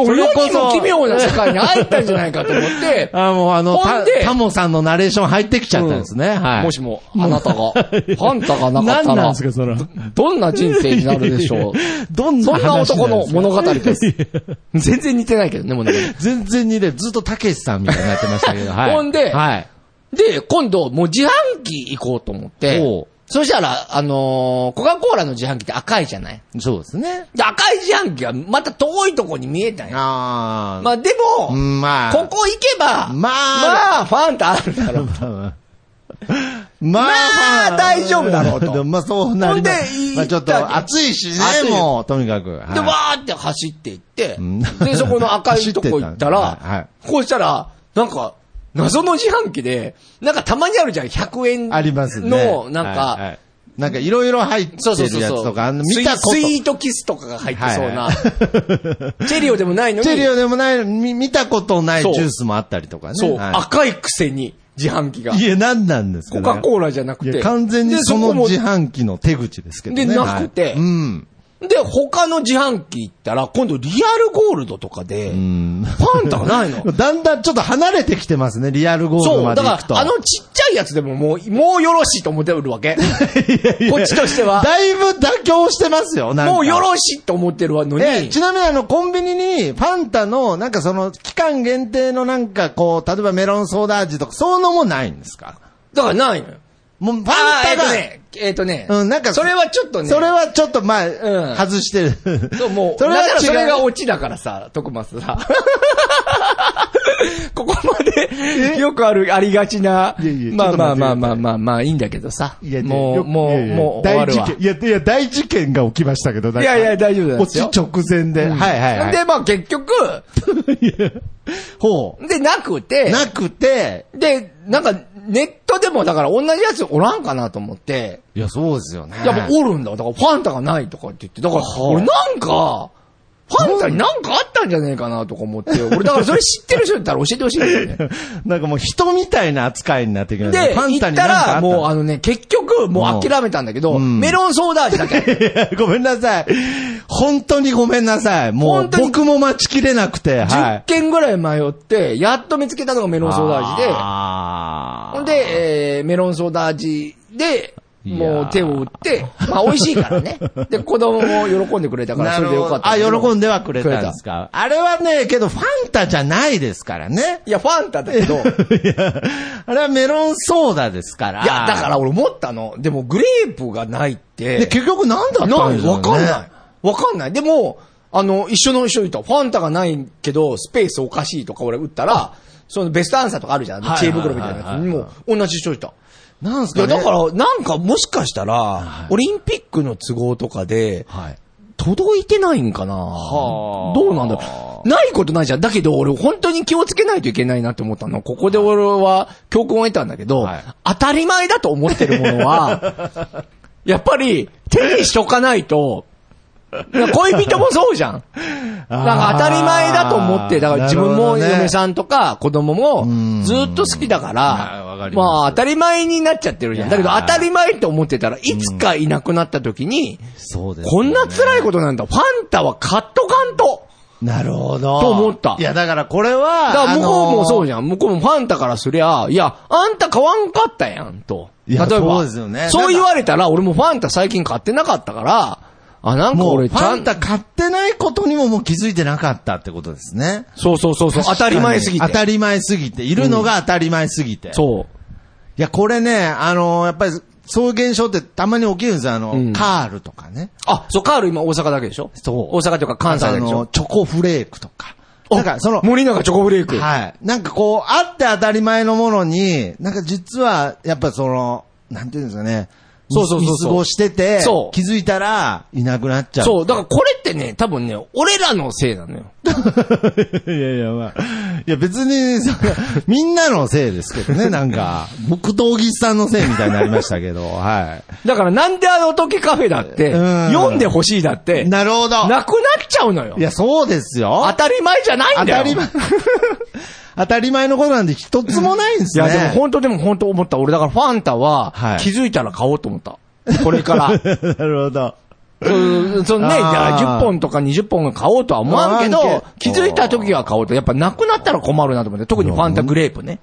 Speaker 1: 俺にも奇妙な世界に入ったんじゃないかと思 って、
Speaker 2: あ、もうあの、
Speaker 1: ほ
Speaker 2: た
Speaker 1: んで
Speaker 2: タモさんのナレーション入ってきちゃったんですね。はい。
Speaker 1: もしも、あなた が、パンダがなかっ
Speaker 2: 何
Speaker 1: た
Speaker 2: なん
Speaker 1: ら
Speaker 2: です、か、その。
Speaker 1: どんな人生になるでし ょう。
Speaker 2: どんな
Speaker 1: そんな
Speaker 2: 話
Speaker 1: 男
Speaker 2: ん
Speaker 1: の
Speaker 2: ですか
Speaker 1: 物語です。全然似てないけどね、物語。
Speaker 2: 全然似てる。ずっとたけしさんみたいになってましたけど。はい。
Speaker 1: ほんで
Speaker 2: はい。
Speaker 1: で、今度、もう自販機行こうと思って
Speaker 2: おう、
Speaker 1: そしたら、あのーコカ・コーラの自販機って赤いじゃない
Speaker 2: そうですね。
Speaker 1: で、赤い自販機がまた遠いとこに見えたんや。
Speaker 2: ああ。
Speaker 1: まあでも、
Speaker 2: うんまあ。
Speaker 1: ここ行けば、
Speaker 2: ま
Speaker 1: ま
Speaker 2: あ
Speaker 1: あ、ファンタあるだろう。
Speaker 2: ま
Speaker 1: まあ大丈夫だろうと
Speaker 2: まあそうなります
Speaker 1: ほんで
Speaker 2: まあちょ
Speaker 1: 行っ
Speaker 2: っ
Speaker 1: たわけ
Speaker 2: と暑いし
Speaker 1: 暑い
Speaker 2: ね、
Speaker 1: よ
Speaker 2: もう、とにかく。はい
Speaker 1: で、わーって走って行って
Speaker 2: うん、
Speaker 1: で、そこの赤いとこ行った
Speaker 2: 走ってったんですねはいは
Speaker 1: ら、こうしたら、なんか、謎の自販機で、なんかたまにあるじゃん、100円
Speaker 2: ありますね。
Speaker 1: の、なん
Speaker 2: はいは
Speaker 1: か、
Speaker 2: いなんかいろいろ入って
Speaker 1: そうそうそ
Speaker 2: る
Speaker 1: う
Speaker 2: や
Speaker 1: そ
Speaker 2: つ
Speaker 1: う
Speaker 2: とか、あの
Speaker 1: スイ
Speaker 2: 見たこと。
Speaker 1: スイートキスとかが入ってそうな、
Speaker 2: はいはい
Speaker 1: チェリオでもないのに、
Speaker 2: チェリオでもない、み見たことないジ
Speaker 1: そう
Speaker 2: ュースもあったりとかね。
Speaker 1: そう、
Speaker 2: は
Speaker 1: 赤いくせに自販機が
Speaker 2: い、、いや、なんなんです
Speaker 1: コ
Speaker 2: かね
Speaker 1: カ・コーラじゃなく
Speaker 2: い
Speaker 1: て、
Speaker 2: や、完全に
Speaker 1: で
Speaker 2: その
Speaker 1: こも
Speaker 2: 自販機の手口ですけどね。
Speaker 1: でなくて
Speaker 2: はいうん。
Speaker 1: で、他の自販機行ったら、今度リアルゴールドとかで、
Speaker 2: うん。
Speaker 1: パンタがないの。
Speaker 2: だんだんちょっと離れてきてますね、リアルゴールド
Speaker 1: そ
Speaker 2: ま
Speaker 1: う、
Speaker 2: で
Speaker 1: だ
Speaker 2: 行く
Speaker 1: か
Speaker 2: と。
Speaker 1: ら、あのちっちゃいやつでももう、もうよろしいと思ってるわ け。こっちとしては。
Speaker 2: だいぶ妥協してますよ、なんか
Speaker 1: もうよろしいと思ってるわのに、
Speaker 2: えちなみにあの、コンビニに、ファンタの、なんかその、期間限定のなんかこう、例えばメロンソーダ味とか、そういうのもないんですか
Speaker 1: だからないのよ。
Speaker 2: もう、ファン
Speaker 1: あーえっ
Speaker 2: タ
Speaker 1: と
Speaker 2: が、
Speaker 1: ね、えっとね、
Speaker 2: うんなんか
Speaker 1: それはちょっとね、
Speaker 2: それはちょっと、まあ、
Speaker 1: うん
Speaker 2: 外してる。
Speaker 1: そう、もう、
Speaker 2: それは
Speaker 1: だから
Speaker 2: 違う
Speaker 1: それがオチだからさ、徳松 さ。ここまで、よくある、ありがちな。
Speaker 2: いやいや
Speaker 1: まあま
Speaker 2: ちょっと
Speaker 1: あ
Speaker 2: 待って
Speaker 1: まあまあまあまあ、いいんだけどさ。
Speaker 2: いや
Speaker 1: も
Speaker 2: よ
Speaker 1: う、
Speaker 2: く
Speaker 1: も、
Speaker 2: いうやいや
Speaker 1: もう、終わ
Speaker 2: 大
Speaker 1: る
Speaker 2: 事
Speaker 1: わ
Speaker 2: 件。。いや、いや、大事件が起きましたけど、なんか
Speaker 1: いやいや大丈夫なんですよ
Speaker 2: 落ち直前で。はいはいはい。
Speaker 1: で、まあ結局、
Speaker 2: ほ
Speaker 1: で、なく
Speaker 2: う。
Speaker 1: て、
Speaker 2: なくて、
Speaker 1: で、なんか、ネットでもだから同じやつおらんかなと思って、
Speaker 2: いや、そうですよね。
Speaker 1: やっぱおるんだ。だからファンタがないとかって言って、だから俺なんか、ファンタになんかあったんじゃねえかなとか思っ て、俺だからそれ知ってる人いたら教えてほしいんだよね。
Speaker 2: なんかもう人みたいな扱いになってきました
Speaker 1: で、
Speaker 2: ファン
Speaker 1: 行
Speaker 2: タ
Speaker 1: っ
Speaker 2: にな
Speaker 1: た
Speaker 2: んかあ
Speaker 1: ら、
Speaker 2: った
Speaker 1: もうあのね、結局、もう諦めたんだけど、
Speaker 2: うん
Speaker 1: メロンソーダ味だけ。
Speaker 2: ごめんなさい。本当にごめんなさい。もう
Speaker 1: 本当に
Speaker 2: 僕も待ちきれなくて、は
Speaker 1: 10
Speaker 2: い。
Speaker 1: 件ぐらい迷って、やっと見つけたのがメロンソーダ味で、
Speaker 2: あー
Speaker 1: ほん、で、えーメロンソーダ味で、もう手を打って、まあ美味しいから ね。で、子供も喜んでくれたから、
Speaker 2: な
Speaker 1: そ
Speaker 2: る
Speaker 1: れ
Speaker 2: ほ
Speaker 1: でよ
Speaker 2: ど
Speaker 1: かった。
Speaker 2: あ、喜んではくれたんですか。あれはね、けどファンタじゃないですからね。
Speaker 1: いや、ファンタだけ ど、い
Speaker 2: いや、あれはメロンソーダですから。
Speaker 1: や、だから俺思ったの。でも、グレープがないって。
Speaker 2: で、結局なんだったんで
Speaker 1: な
Speaker 2: し
Speaker 1: い
Speaker 2: ょ
Speaker 1: わ
Speaker 2: うね
Speaker 1: かんない。わかんない。でも、あの、一緒の人いた。ファンタがないけど、スペースおかしいとか俺打ったら、そのベストアンサーとかあるじゃん。
Speaker 2: はい
Speaker 1: 知恵袋みたいな
Speaker 2: はい
Speaker 1: やつ
Speaker 2: はい
Speaker 1: に
Speaker 2: はい
Speaker 1: も、同じ人いた。
Speaker 2: なんです
Speaker 1: い
Speaker 2: か
Speaker 1: や、
Speaker 2: ね。
Speaker 1: だから、なんかもしかしたら、オリンピックの都合とかで、
Speaker 2: はい。
Speaker 1: 届いてないんかな
Speaker 2: はあ
Speaker 1: どうなんだろうないことないじゃん。だけど俺本当に気をつけないといけないなって思ったの。ここで俺は教訓を得たんだけど、
Speaker 2: はい
Speaker 1: 当たり前だと思ってるものは、 やっぱり手にしとかないと、恋人もそうじゃん。なんか当たり前だと思って、だから自分も嫁
Speaker 2: ん。
Speaker 1: さんとか子供
Speaker 2: うん
Speaker 1: もずっと好きだか、
Speaker 2: はいわからります
Speaker 1: まあ当たり前になっちゃってるじゃん。だけど当たり前と思ってたらいつかいなくなった時に、
Speaker 2: そうです、
Speaker 1: こんな辛いことなんだ。ファンタは買っとかんと。
Speaker 2: なるほど。
Speaker 1: と思った
Speaker 2: いや、だからこれは、
Speaker 1: だから向こうもそう
Speaker 2: ゃ
Speaker 1: じゃん。向こうもファンタからすりゃ、いや、あんた買わんかったやん、と。
Speaker 2: いやそうですよね
Speaker 1: そう言われたら、俺もファンタ最近買ってなかったから、あ、なんか
Speaker 2: もう、
Speaker 1: 俺
Speaker 2: フ
Speaker 1: ちゃ
Speaker 2: ァ
Speaker 1: ん
Speaker 2: ンタ買ってないことにももう気づいてなかったってことですね。
Speaker 1: そうそうそうそう、当たり前すぎて。
Speaker 2: 当たり前すぎて。いるのが当たり前すぎて。い
Speaker 1: そう。
Speaker 2: や、これね、あのーやっぱり、そういう現象ってたまに起きるんですよ。あの、
Speaker 1: うん
Speaker 2: カールとかね。
Speaker 1: あ、そう、カール今大阪だけでしょ
Speaker 2: そう
Speaker 1: 大阪というか関西
Speaker 2: あ
Speaker 1: だけでし
Speaker 2: の、
Speaker 1: ょ
Speaker 2: チョコフレークとか。
Speaker 1: あ
Speaker 2: なんか、その、
Speaker 1: 森永チョコブレイク。
Speaker 2: はい。なんかこう、あって当たり前のものに、なんか実は、やっぱその、なんていうんですかね、
Speaker 4: そうそうそうそう
Speaker 2: 見過ごしてて
Speaker 4: そ、う
Speaker 2: 気づいたら、いなくなっちゃう。
Speaker 4: そう、だからこれってね、多分ね、俺らのせいなのよ。
Speaker 2: いやいや、まあ。いや、別に、そのみんなのせいですけ どね、なんか。僕と小木さんのせいみたいになりましたけど、は
Speaker 4: だからなんであの時カフェだって、
Speaker 2: うん
Speaker 4: 読んでほしいだって、
Speaker 2: い。なるほ
Speaker 4: な
Speaker 2: ど。
Speaker 4: くなっちゃうのよ
Speaker 2: い。や、そうですよ。
Speaker 4: 当たり前じゃないんだ
Speaker 2: 当た
Speaker 4: よ。
Speaker 2: り前。 当たり前のことなんて一つもないんです
Speaker 4: い
Speaker 2: ね。
Speaker 4: や、でも本当でも本当思った。俺だからファンタは
Speaker 2: はい、
Speaker 4: 気づいたら買おうと思った。これから。
Speaker 2: なるほど。
Speaker 4: うんそのね、
Speaker 2: あー
Speaker 4: じゃあ10本とか20本買おうとは思わんけ
Speaker 2: 思わん
Speaker 4: ど
Speaker 2: けど、
Speaker 4: 気づいた時は買おうと。やっぱなくなったら困るなと思って。特にファンタグレープ ね。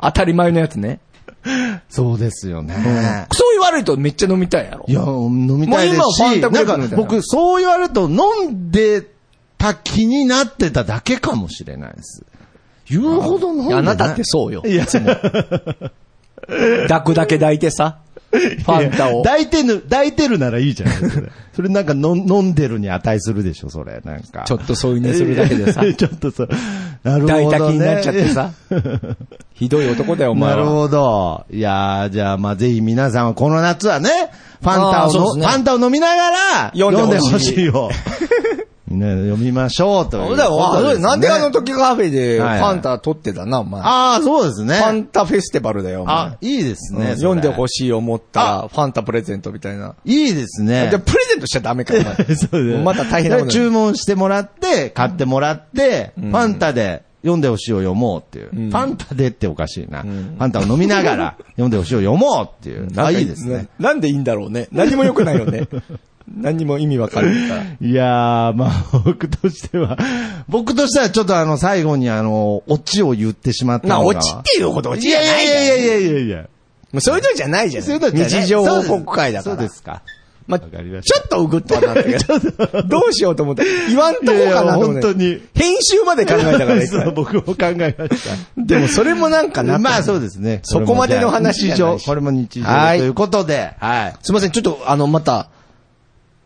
Speaker 4: 当たり前のやつね。
Speaker 2: そうですよね。
Speaker 4: そう言われるとめっちゃ飲みたいやろ
Speaker 2: い。や、飲みたいです
Speaker 4: もう
Speaker 2: し、
Speaker 4: 今はファンタグレ
Speaker 2: な
Speaker 4: ー
Speaker 2: ん
Speaker 4: プみたいな
Speaker 2: か僕、そう言われると飲んでた気になってただけかもしれないです。言うほど飲んで
Speaker 4: い
Speaker 2: ない。
Speaker 4: やあなたってそうよ。
Speaker 2: いや、
Speaker 4: 抱くだけ抱いてさ、ファンタを。
Speaker 2: 抱いてる、抱いてるならいいじゃないですか。 それなんかの飲んでるに値するでしょ、それ。なんか。
Speaker 4: ちょっと添い寝するだけ でさ
Speaker 2: ちょっとさ、なるほど、
Speaker 4: 抱
Speaker 2: ね。
Speaker 4: いた気になっちゃって さ。ひどい男だよ、お前
Speaker 2: なる
Speaker 4: は。
Speaker 2: ほど。いやーじゃあ、まあ、ぜひ皆さんはこの夏はね、ファン
Speaker 4: あ
Speaker 2: タ
Speaker 4: ー
Speaker 2: を
Speaker 4: そう
Speaker 2: の、
Speaker 4: ですね
Speaker 2: ファンタを飲みながら、
Speaker 4: 読んでほしい
Speaker 2: 読んでほしいよ。 みんなで読みましょう、ということです、ね。
Speaker 4: なんであの時カフェでフ
Speaker 2: はい
Speaker 4: ァンタ撮ってたな、お前。フ
Speaker 2: ああ、そうですね。
Speaker 4: ァンタフェスティバルだよ、お前
Speaker 2: あ、。いいですね。
Speaker 4: うん読んでほ
Speaker 2: し
Speaker 4: しい思ったら、ファンタプレゼントみたいな。
Speaker 2: い。いいですね
Speaker 4: じゃ。プレゼントしちゃダメか、お前
Speaker 2: そうです
Speaker 4: もうまた大変なこと
Speaker 2: で
Speaker 4: になる
Speaker 2: 注文してもらって、買ってもらって、ファンタで読んでほしいを読もうっていう。ファンタでっておかしいな。ファンタを飲みなが ら読んでほしいを読もうっていう。あ、いいですね。。
Speaker 4: なんでいいんだろうね。何も良くないよ ね。何も意味わかるから。
Speaker 2: いやー、まあ、 僕としては、僕としてはちょっとあの、最後にあの、オチを言ってしまった
Speaker 4: な、
Speaker 2: のが。
Speaker 4: 落ちっていうほど落ち
Speaker 2: い
Speaker 4: じゃ
Speaker 2: や
Speaker 4: ないい
Speaker 2: やい
Speaker 4: じゃん
Speaker 2: やいやいやいやいや。
Speaker 4: もうそういうのじゃないじゃん。
Speaker 2: そういうのじゃない
Speaker 4: 日常報告会だから。
Speaker 2: そうですか。
Speaker 4: まあ、
Speaker 2: わ
Speaker 4: ち
Speaker 2: かりま
Speaker 4: ょ
Speaker 2: した
Speaker 4: っとうぐっとはなったけ ど、どうしようと思って、言わんとこうかなと思って。
Speaker 2: いやいや本当に
Speaker 4: 編集まで考えたから、一
Speaker 2: そう
Speaker 4: 回
Speaker 2: 僕も考えました。
Speaker 4: でもそれもなんかな。
Speaker 2: まあそうですね。
Speaker 4: そこまでの話じゃないし
Speaker 2: 日常これも日常
Speaker 4: は
Speaker 2: と
Speaker 4: い
Speaker 2: いうことで、はい。
Speaker 1: すいません、ちょっと、あの、また、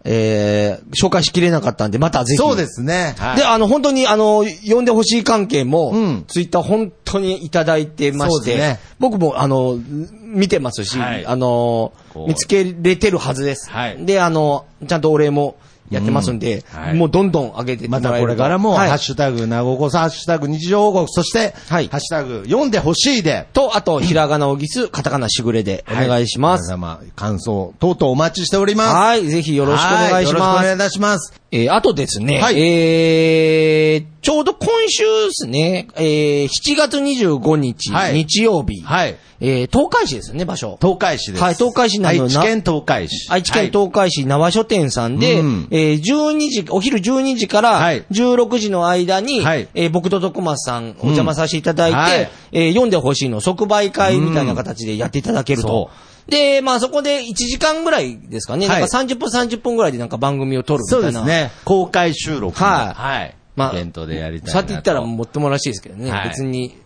Speaker 1: えー、紹介しきれなかったんで、またぜひ。
Speaker 2: そうで。すね。はい
Speaker 1: で、あの、本当に、あの、呼んでほしい関係も、
Speaker 2: うん
Speaker 1: ツイッター本当にいただいてま
Speaker 2: そう
Speaker 1: して、
Speaker 2: ですね
Speaker 1: 僕も、あの、見てますし、
Speaker 2: はい
Speaker 1: あの
Speaker 2: こ、う
Speaker 1: 見つけれてるはずです。
Speaker 2: はい
Speaker 1: で、あの、ちゃんとお礼もやってますんで、
Speaker 2: うんはい
Speaker 1: もうどんどん上げてっても
Speaker 2: ま
Speaker 1: らえると
Speaker 2: たこれからも、
Speaker 1: はい
Speaker 2: ハッシュタグ、なごこさん、ハッシュタグ、日常報告、そして、
Speaker 1: はい
Speaker 2: ハッシュタグ、読んでほしいで、
Speaker 1: と、あと、ひらがなおぎす、カタカナしぐれでお願いします。
Speaker 2: はい皆様、感想、とうとうお待ちしております。
Speaker 1: はい、ぜひよろしくお願いし
Speaker 2: は
Speaker 1: ま
Speaker 2: よろしくお
Speaker 1: す
Speaker 2: 願い。いたします。
Speaker 1: えーあとですね、
Speaker 2: はい
Speaker 1: えーちょうど今週ですね、えー7月25日、
Speaker 2: はい
Speaker 1: 日曜日、
Speaker 2: はい。
Speaker 1: えー東海市ですね、場所。
Speaker 2: 東海市です。
Speaker 1: はい東海市なの
Speaker 2: 愛知県東海市。
Speaker 1: 愛知県
Speaker 2: はい
Speaker 1: 東海市縄書店さんで、
Speaker 2: うん
Speaker 1: えー12時、お昼12時から
Speaker 2: はい
Speaker 1: 16時の間に、
Speaker 2: はい
Speaker 1: えー僕と徳松さんお邪魔させていただいて、
Speaker 2: うんはい
Speaker 1: えー読んでほしいの即売会みたいな形でやっていただけると。で、まあそこで1時間ぐらいですかね、
Speaker 2: はい
Speaker 1: なんか30分30分ぐらいでなんか番組を撮るみたい
Speaker 2: そ
Speaker 1: うな。
Speaker 2: ですね。公開収録の。
Speaker 1: はい
Speaker 2: はい。
Speaker 1: まあ
Speaker 2: イベントでやりたい
Speaker 1: そう
Speaker 2: なと。
Speaker 1: やって言ったらもっともらしいですけどね。
Speaker 2: はい
Speaker 1: 別に、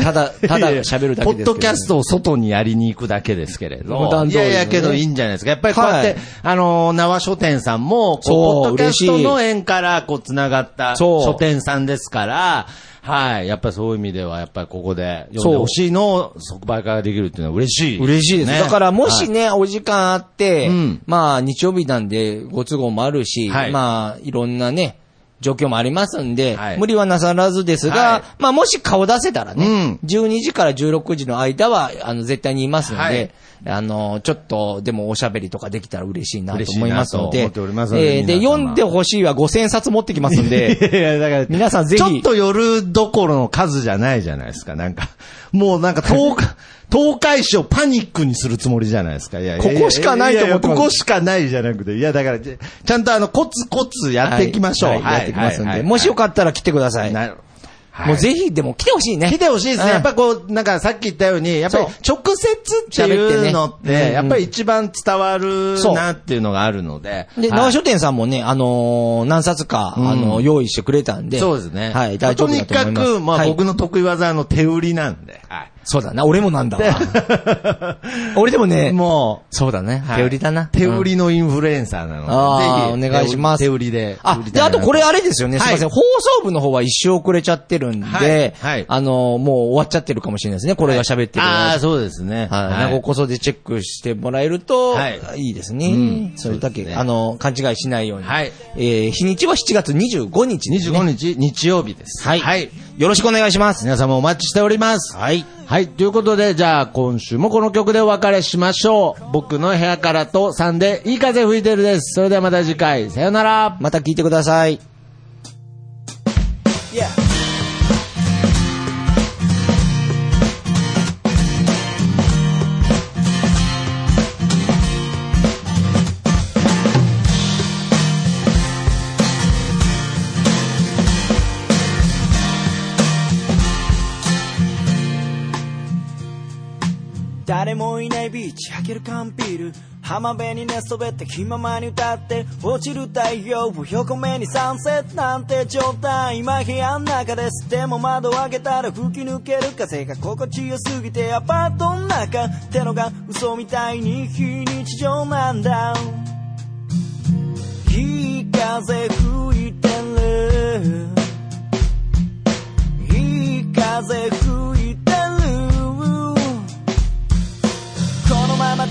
Speaker 1: ただ、ただ喋るだけですけど、
Speaker 2: ポッドキャストを外にやりに行くだけですけれど。
Speaker 1: 普段通
Speaker 2: い
Speaker 1: りのね
Speaker 2: やいやけどいいんじゃないですか。やっぱりこうやって、
Speaker 1: はい
Speaker 2: あのー、縄書店さんも、
Speaker 1: そう
Speaker 2: こうポッドキャス
Speaker 1: 嬉
Speaker 2: ト
Speaker 1: しい
Speaker 2: の縁から、こう、繋がった
Speaker 1: そう
Speaker 2: 書店さんですから、はい。やっぱりそういう意味では、やっぱりここで読んでほしいのを即売会ができるっていうのは嬉しい。
Speaker 1: 嬉しいです。だからもし
Speaker 2: はい
Speaker 1: ね、お時間あって、
Speaker 2: うん
Speaker 1: まあ日曜日なんでご都合もあるし、
Speaker 2: はい
Speaker 1: まあいろんなね、状況もありますんで、
Speaker 2: はい
Speaker 1: 無理はなさらずですが、
Speaker 2: はい
Speaker 1: まあもし顔出せたらね、
Speaker 2: う
Speaker 1: 12時から16時の間は、あの絶対にいますので、
Speaker 2: はい
Speaker 1: あの、ちょっとでもおしゃべりとかできたら嬉しいなと
Speaker 2: 嬉しい
Speaker 1: 思いますので、
Speaker 2: なと思っておりますので
Speaker 1: えーで、
Speaker 2: 皆様
Speaker 1: 読んでほしいは5000冊持ってきますんで、
Speaker 2: いやいや、だから、
Speaker 1: 皆さんぜひ
Speaker 2: ちょっと夜どころの数じゃないじゃないですか、なんか。もうなんか、東 海、東海市をパニックにするつもりじゃないですか。いやいやや
Speaker 4: ここしかないと思ってます
Speaker 2: ややここしかないじゃなくて。いや、だから、ちちゃんとあの、コツコツ やっていきましょう。
Speaker 1: はいはいやっていきますんで、もしよ
Speaker 2: か
Speaker 1: かったら来てください。
Speaker 2: なるはい
Speaker 1: もうぜひ、でも来てほしいね。
Speaker 2: 来てほしいですね。
Speaker 1: うん
Speaker 2: やっぱこう、なんかさっき言ったように、やっぱり直接っていうのっ
Speaker 1: 喋ってね
Speaker 2: て、やっぱり一番伝わる
Speaker 1: そう
Speaker 2: なっていうのがあるので。
Speaker 1: で、
Speaker 2: はい
Speaker 1: 縄書店さんもね、あのー何冊か、
Speaker 2: うん
Speaker 1: あの、用意してくれたんで。
Speaker 2: そうですね。
Speaker 1: はい、大丈夫だと思います。
Speaker 2: とにかく、まあ、
Speaker 1: はい
Speaker 2: 僕の得意技はあの手売りなんで。はい。
Speaker 1: そうだな、俺もなんだわ。 俺でもね、
Speaker 2: も
Speaker 1: そうだね、
Speaker 2: はい
Speaker 1: 手売りだな。
Speaker 2: う、手売りのインフルエンサーなので、
Speaker 1: あー
Speaker 2: ぜひ
Speaker 1: お願いします
Speaker 2: 手売りで。
Speaker 1: あ、で、あとこれあれですよね。す
Speaker 2: は
Speaker 1: い
Speaker 2: い
Speaker 1: ません。放送部の方は一周遅れちゃってるんで、
Speaker 2: はいはい
Speaker 1: あのーもう終わっちゃってるかもしれないですね。これが喋ってる。
Speaker 2: ああー、
Speaker 1: はい。
Speaker 2: そうですね。
Speaker 1: なんかここそでチェックしてもらえると、
Speaker 2: はい
Speaker 1: い、いですね。それだけ、
Speaker 2: そうですね
Speaker 1: あのー、勘違いしないように。
Speaker 2: はい
Speaker 1: えー日にちは7月25日です、ね。
Speaker 2: 25日、日曜日です。
Speaker 1: はい。よろしくお願いします。
Speaker 2: 皆様お待ちしております。
Speaker 1: はい。
Speaker 2: はい。ということで、じゃあ今週もこの曲でお別れしましょう。僕の部屋からと3でいい風吹いてるです。それではまた次回、さよなら。
Speaker 1: また聞いてください。
Speaker 6: 誰もいないビーチ開ける缶ビール浜辺に寝そべって気ままに歌って落ちる太陽を横目にサンセットなんて状態今部屋の中ですでも窓を開けたら吹き抜ける風が心地よすぎてアパートの中ってのが嘘みたいに非日常なんだいい風吹いてるいい風吹いてるこのまま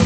Speaker 6: ぜ